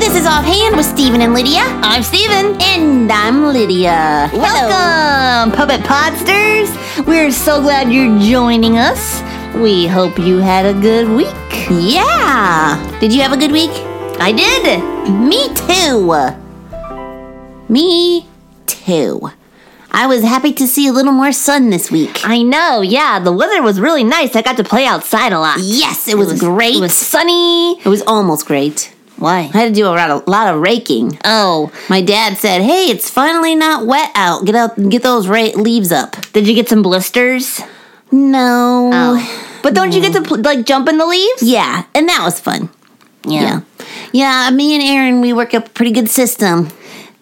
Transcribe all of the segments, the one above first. This is Offhand with Steven and Lydia. I'm Steven. And I'm Lydia. Welcome, Puppet Podsters. We're so glad you're joining us. We hope you had a good week. Yeah. Did you have a good week? I did. Me too. Me too. I was happy to see a little more sun this week. I know, yeah. The weather was really nice. I got to play outside a lot. Yes, it was, great. It was sunny. It was almost great. Why? I had to do a lot, of, lot of raking. Oh, My dad said, "Hey, it's finally not wet out. Get up, get those ra- leaves up." did you get some blisters? No. But don't you get to pl- like jump in the leaves? Yeah, and that was fun. Yeah. yeah, Me and Aaron, we work up a pretty good system.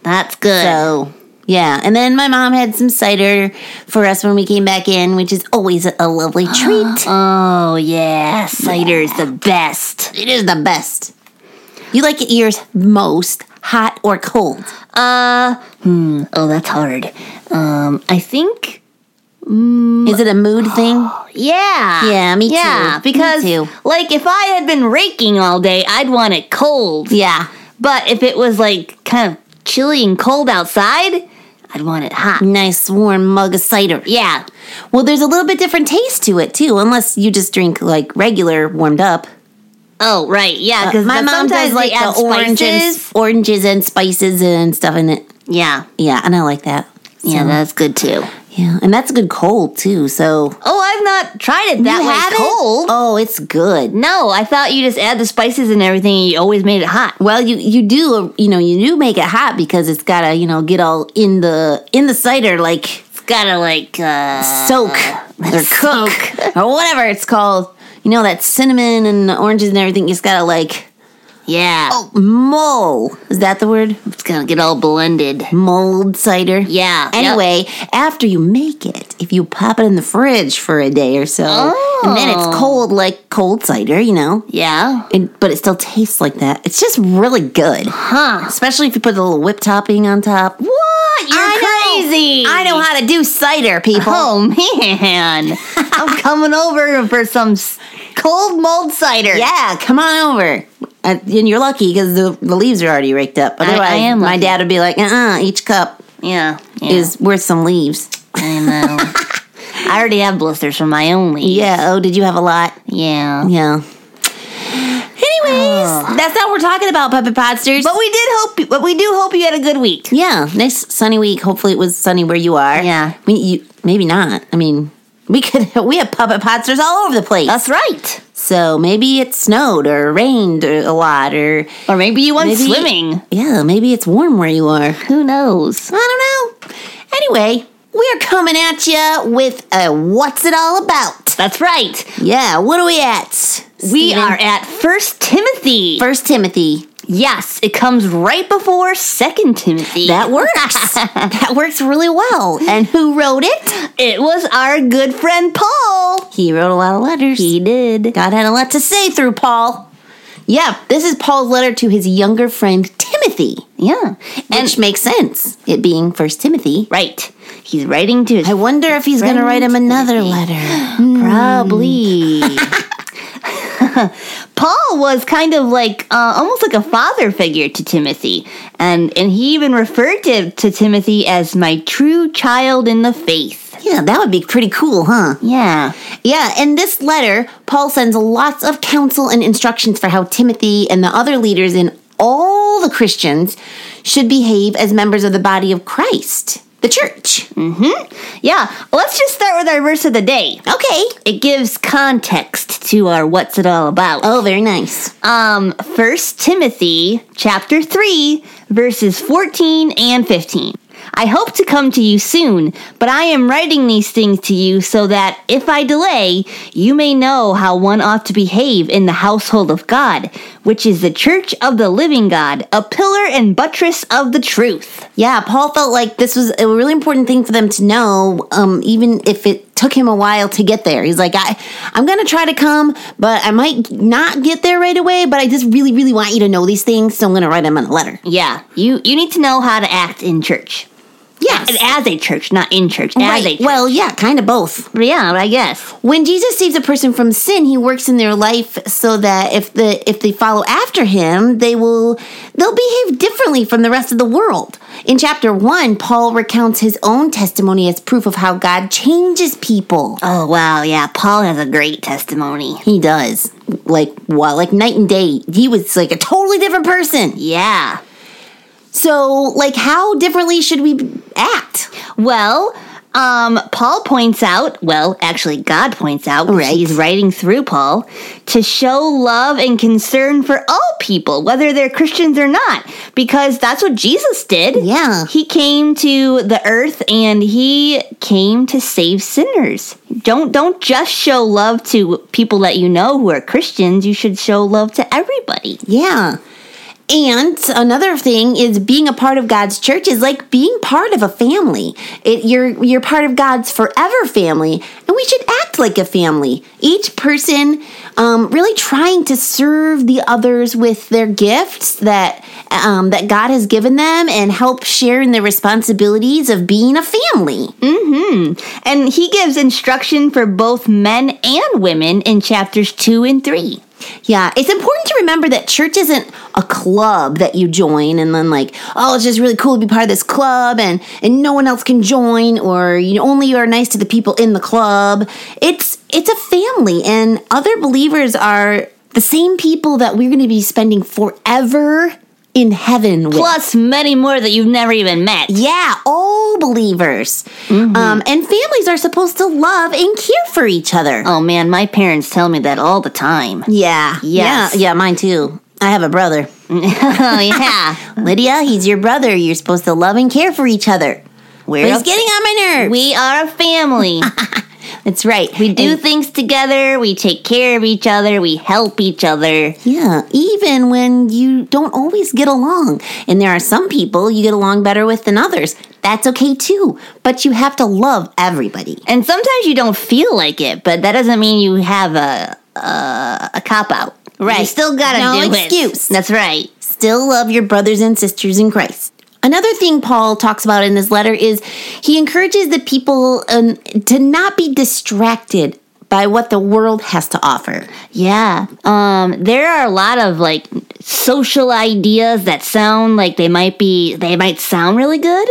That's good. So yeah, and then my mom had some cider for us when we came back in, which is always a, a lovely treat. oh, yeah. Cider is the best. it is the best. You like it yours most hot or cold? Uh, hmm. Oh, that's hard. Um, I think. Is it a mood thing? Oh, Yeah. Yeah, me Yeah, too. because Me too. like if I had been raking all day, I'd want it cold. Yeah. But if it was like kind of chilly and cold outside, I'd want it hot. Nice warm mug of cider. Yeah. Well, there's a little bit different taste to it too, unless you just drink like regular warmed up. Oh, right. Yeah, Because because Uh, my mom does like the oranges, oranges and spices and stuff in it. Yeah. Yeah, and I like that. Yeah, that's good too. Yeah, and that's a good cold too. So Oh, I've not tried it that You way have it? cold. Oh, it's good. No, I thought you just add the spices and everything and you always made it hot. Well, you you do you know you do make it hot because it's gotta you know get all in the in the cider like It's gotta like uh soak or cook or whatever it's called. You know that cinnamon and the oranges and everything. You just gotta like Yeah. mull. Is that the word? It's gonna get all blended. Mold cider. Yeah. yep. Anyway, after you make it, if you pop it in the fridge for a day or so, and then Oh. it's cold like cold cider, you know, Yeah. and, but it still tastes like that. It's just really good, Huh. especially if you put a little whip topping on top. What? What? You're crazy. I know how to do cider, people. Oh man. I'm coming over for some s- cold mold cider. Yeah, come on over. Uh, and you're lucky because the, the leaves are already raked up. Otherwise, am my lucky. dad would be like, uh uh each cup Yeah. yeah. is worth some leaves. I know. I already have blisters from my own leaves. Yeah, oh, did you have a lot? Yeah. Yeah. Anyways, that's not what we're talking about, Puppet Podsters. Ah. But we did hope but we do hope you had a good week. yeah, nice sunny week. Hopefully, it was sunny where you are. Yeah. I mean, you, maybe not. I mean, we could we have Puppet Podsters all over the place. That's right. so maybe it snowed or rained or a lot or Or maybe you went Maybe- swimming. yeah, maybe it's warm where you are. Who knows? I don't know. Anyway, we're coming at you with a what's it all about? That's right. Yeah, what are we at? We Steven? are at First Timothy. First Timothy. Yes, it comes right before Second Timothy. That works. that works really well. And who wrote it? it was our good friend Paul. He wrote a lot of letters. He did. God had a lot to say through Paul. Yeah, this is Paul's letter to his younger friend Timothy, Yeah. And which makes sense, it being First Timothy. right. He's writing to his I wonder if he's going to Friend write him another letter. Hmm. Probably. Paul was kind of like uh, almost like a father figure to Timothy, and and he even referred to to Timothy as my true child in the faith. Yeah, that would be pretty cool, huh? Yeah, Yeah, in this letter, Paul sends lots of counsel and instructions for how Timothy and the other leaders in all the Christians should behave as members of the body of Christ, the church. yeah. Let's just start with our verse of the day. Okay. It gives context to our what's it all about. Oh, very nice. Um, First Timothy chapter three, verses fourteen and fifteen. I hope to come to you soon, but I am writing these things to you so that if I delay, you may know how one ought to behave in the household of God, which is the church of the living God, a pillar and buttress of the truth. Yeah, Paul felt like this was a really important thing for them to know, um, even if it took him a while to get there. He's like, I, I'm going to try to come, but I might not get there right away, but I just really, really want you to know these things, so I'm going to write them on a letter. Yeah, you you need to know how to act in church. Yes. And as a church, not in church. As a Right. church. Well, yeah, kind of both. yeah, I guess. When Jesus saves a person from sin, he works in their life so that if the if they follow after him, they will they'll behave differently from the rest of the world. In chapter 1, Paul recounts his own testimony as proof of how God changes people. Oh wow, yeah. Paul has a great testimony. He does. Like what? Like night and day. He was like a totally different person. Yeah. So, like how differently should we act? Well, um, Paul points out, well, actually, God points out, 'cause Right. he's writing through Paul, to show love and concern for all people, whether they're Christians or not, because that's what Jesus did. Yeah. He came to the earth and he came to save sinners. Don't don't just show love to people that you know who are Christians, you should show love to everybody. Yeah. And another thing is being a part of God's church is like being part of a family. It, you're you're part of God's forever family, and we should act like a family. Each person um, really trying to serve the others with their gifts that um, that God has given them, and help share in the responsibilities of being a family. Hmm. And he gives instruction for both men and women in chapters 2 and 3. Yeah, it's important to remember that church isn't a club that you join and then like, oh, it's just really cool to be part of this club and and no one else can join or you know, only you are nice to the people in the club. It's it's a family and other believers are the same people that we're going to be spending forever in heaven with. plus many more that you've never even met. yeah, all believers. Um, and families are supposed to love and care for each other. Oh man, my parents tell me that all the time. Yeah. Yes. Yeah, yeah, mine too. I have a brother. oh yeah. Lydia, he's your brother. You're supposed to love and care for each other. We're But he's a- getting on my nerves. we are a family. That's right. we do things together, we take care of each other, we help each other. Yeah, even when you don't always get along. And there are some people you get along better with than others. That's okay too. But you have to love everybody. And sometimes you don't feel like it, but that doesn't mean you have a a, a cop out. You Right. still gotta No do it. excuse. That's right. Still love your brothers and sisters in Christ. Another thing Paul talks about in this letter is he encourages the people um, to not be distracted by what the world has to offer. Yeah. Um there are a lot of like social ideas that sound like they might be they might sound really good.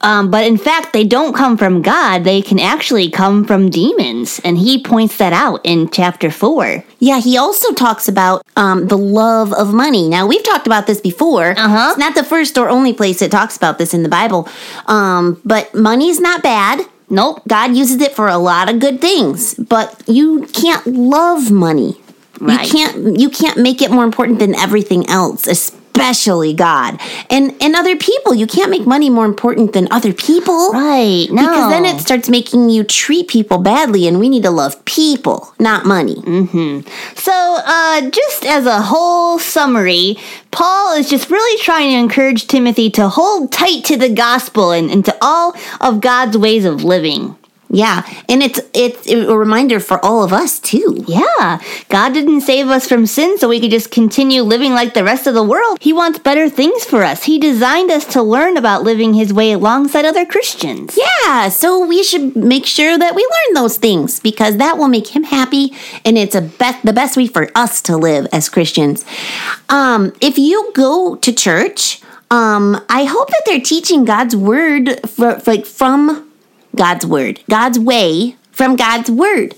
Um but in fact they don't come from God. They can actually come from demons and he points that out in chapter 4. Yeah, he also talks about um, the love of money. Now, we've talked about this before. Uh-huh. It's not the first or only place it talks about this in the Bible. Um, but money's not bad. Nope. God uses it for a lot of good things, but you can't love money. Right. You can't you can't make it more important than everything else, especially God. And and other people, you can't make money more important than other people. Right. Oh, No. Because then it starts making you treat people badly, and we need to love people, not money. So, uh, just as a whole summary, Paul is just really trying to encourage Timothy to hold tight to the gospel and, and to all of God's ways of living. Yeah, and it's it's a reminder for all of us too. Yeah, God didn't save us from sin so we could just continue living like the rest of the world. He wants better things for us. He designed us to learn about living His way alongside other Christians. Yeah, so we should make sure that we learn those things because that will make him happy, and it's a be- the best way for us to live as Christians. Um, if you go to church, um, I hope that they're teaching God's word for, like from God's word, God's way from God's word.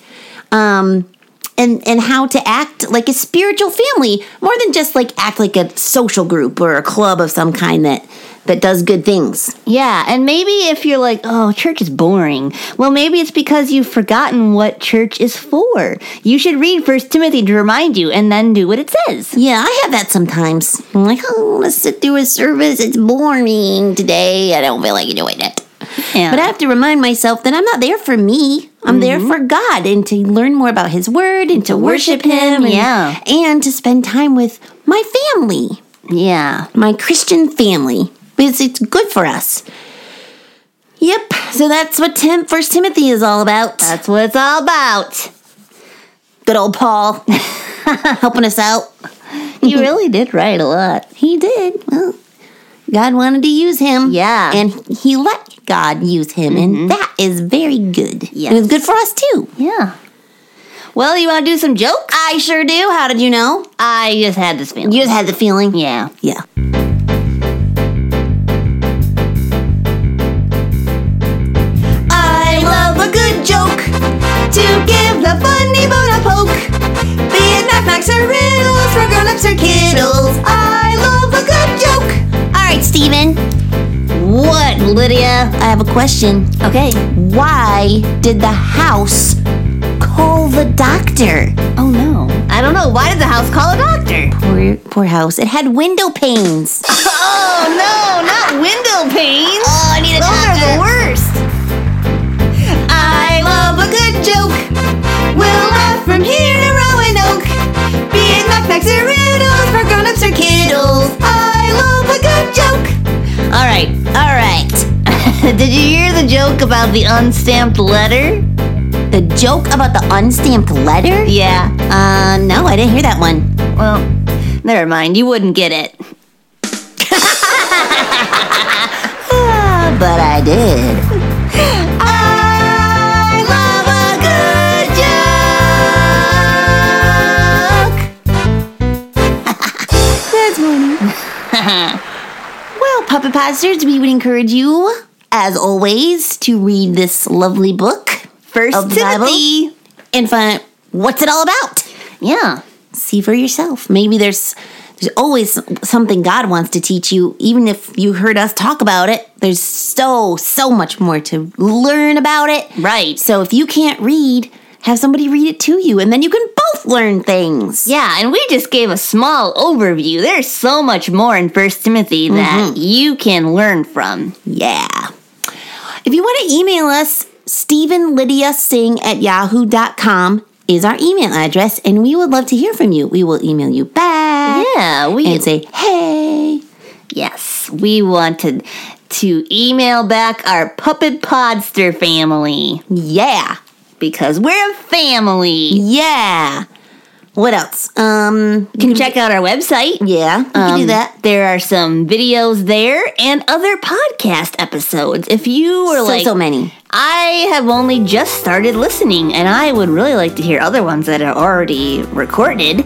Um, and and how to act like a spiritual family more than just like act like a social group or a club of some kind that that does good things. Yeah, and maybe if you're like, oh, church is boring, well, maybe it's because you've forgotten what church is for. You should read First Timothy to remind you and then do what it says. Yeah, I have that sometimes. I'm like, oh, I'm gonna sit through a service. It's boring today. I don't feel like doing it. Yeah. But I have to remind myself that I'm not there for me. I'm there for God and to learn more about His Word and Mm-hmm. to worship Him. and- yeah. and to spend time with my family yeah. my Christian family because it's good for us. Yep. So that's what Tim First Timothy is all about. That's what it's all about. good old Paul helping us out. You really did write a lot. He did. Well, God wanted to use him. Yeah. Mm-hmm. And he let God use him, and that is very good. Yes. And it's good for us too. Yeah. Well, you want to do some jokes? I sure do. How did you know? I just had this feeling. You just had the feeling. yeah. Yeah. I love a good joke to give the funny bone a poke. Be it knock-knocks or riddles for grown-ups or kiddles. I love a good joke. All right, Steven. What, Lydia? I have a question. Okay. Why did the house call the doctor? Oh no. I don't know. Why did the house call a doctor? Poor, poor house. It had window panes. Oh no, not window panes. Oh, I need a Those are the worst. I love a good joke. We'll laugh from here to Roanoke. Be it knockbacks or riddles for grown-ups or kiddles. I love a good joke. All right. All right. Did you hear the joke about the unstamped letter? The joke about the unstamped letter? Yeah. Uh, no, I didn't hear that one. Well, never mind. You wouldn't get it. Ah, but I did. I love a good joke. That's funny. well, puppet posters, we would encourage you, as always, to read this lovely book First of the Timothy. Bible and find out what's it all about. Yeah. See for yourself. Maybe there's there's always something God wants to teach you, even if you heard us talk about it. There's so so much more to learn about it. Right. So if you can't read, have somebody read it to you, and then you can both learn things. Yeah, and we just gave a small overview. There's so much more in First Timothy Mm-hmm. that you can learn from. Yeah. If you want to email us, StephenLydiaSing at yahoo.com is our email address, and we would love to hear from you. We will email you back Yeah, we and say, hey. yes, we wanted to email back our puppet podster family Yeah. because we're a family. Yeah. What else? Um, You can check out our website. yeah, you can do Um, that. There are some videos there and other podcast episodes. If you were So, like, so many. I have only just started listening, and I would really like to hear other ones that are already recorded.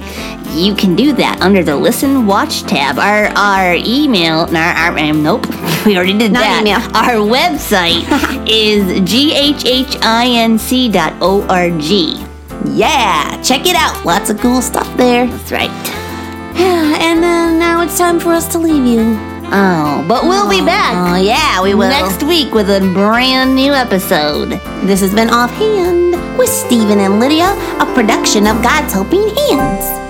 You can do that under the Listen Watch tab. Our our email, no, our, um, nope, we already did Not that. email. Our website is ghhinc dot org. Yeah, check it out. Lots of cool stuff there. That's right. and then now it's time for us to leave you. Oh, but we'll be back Oh, yeah, we will. next week with a brand new episode. This has been Offhand with Stephen and Lydia, a production of God's Helping Hands.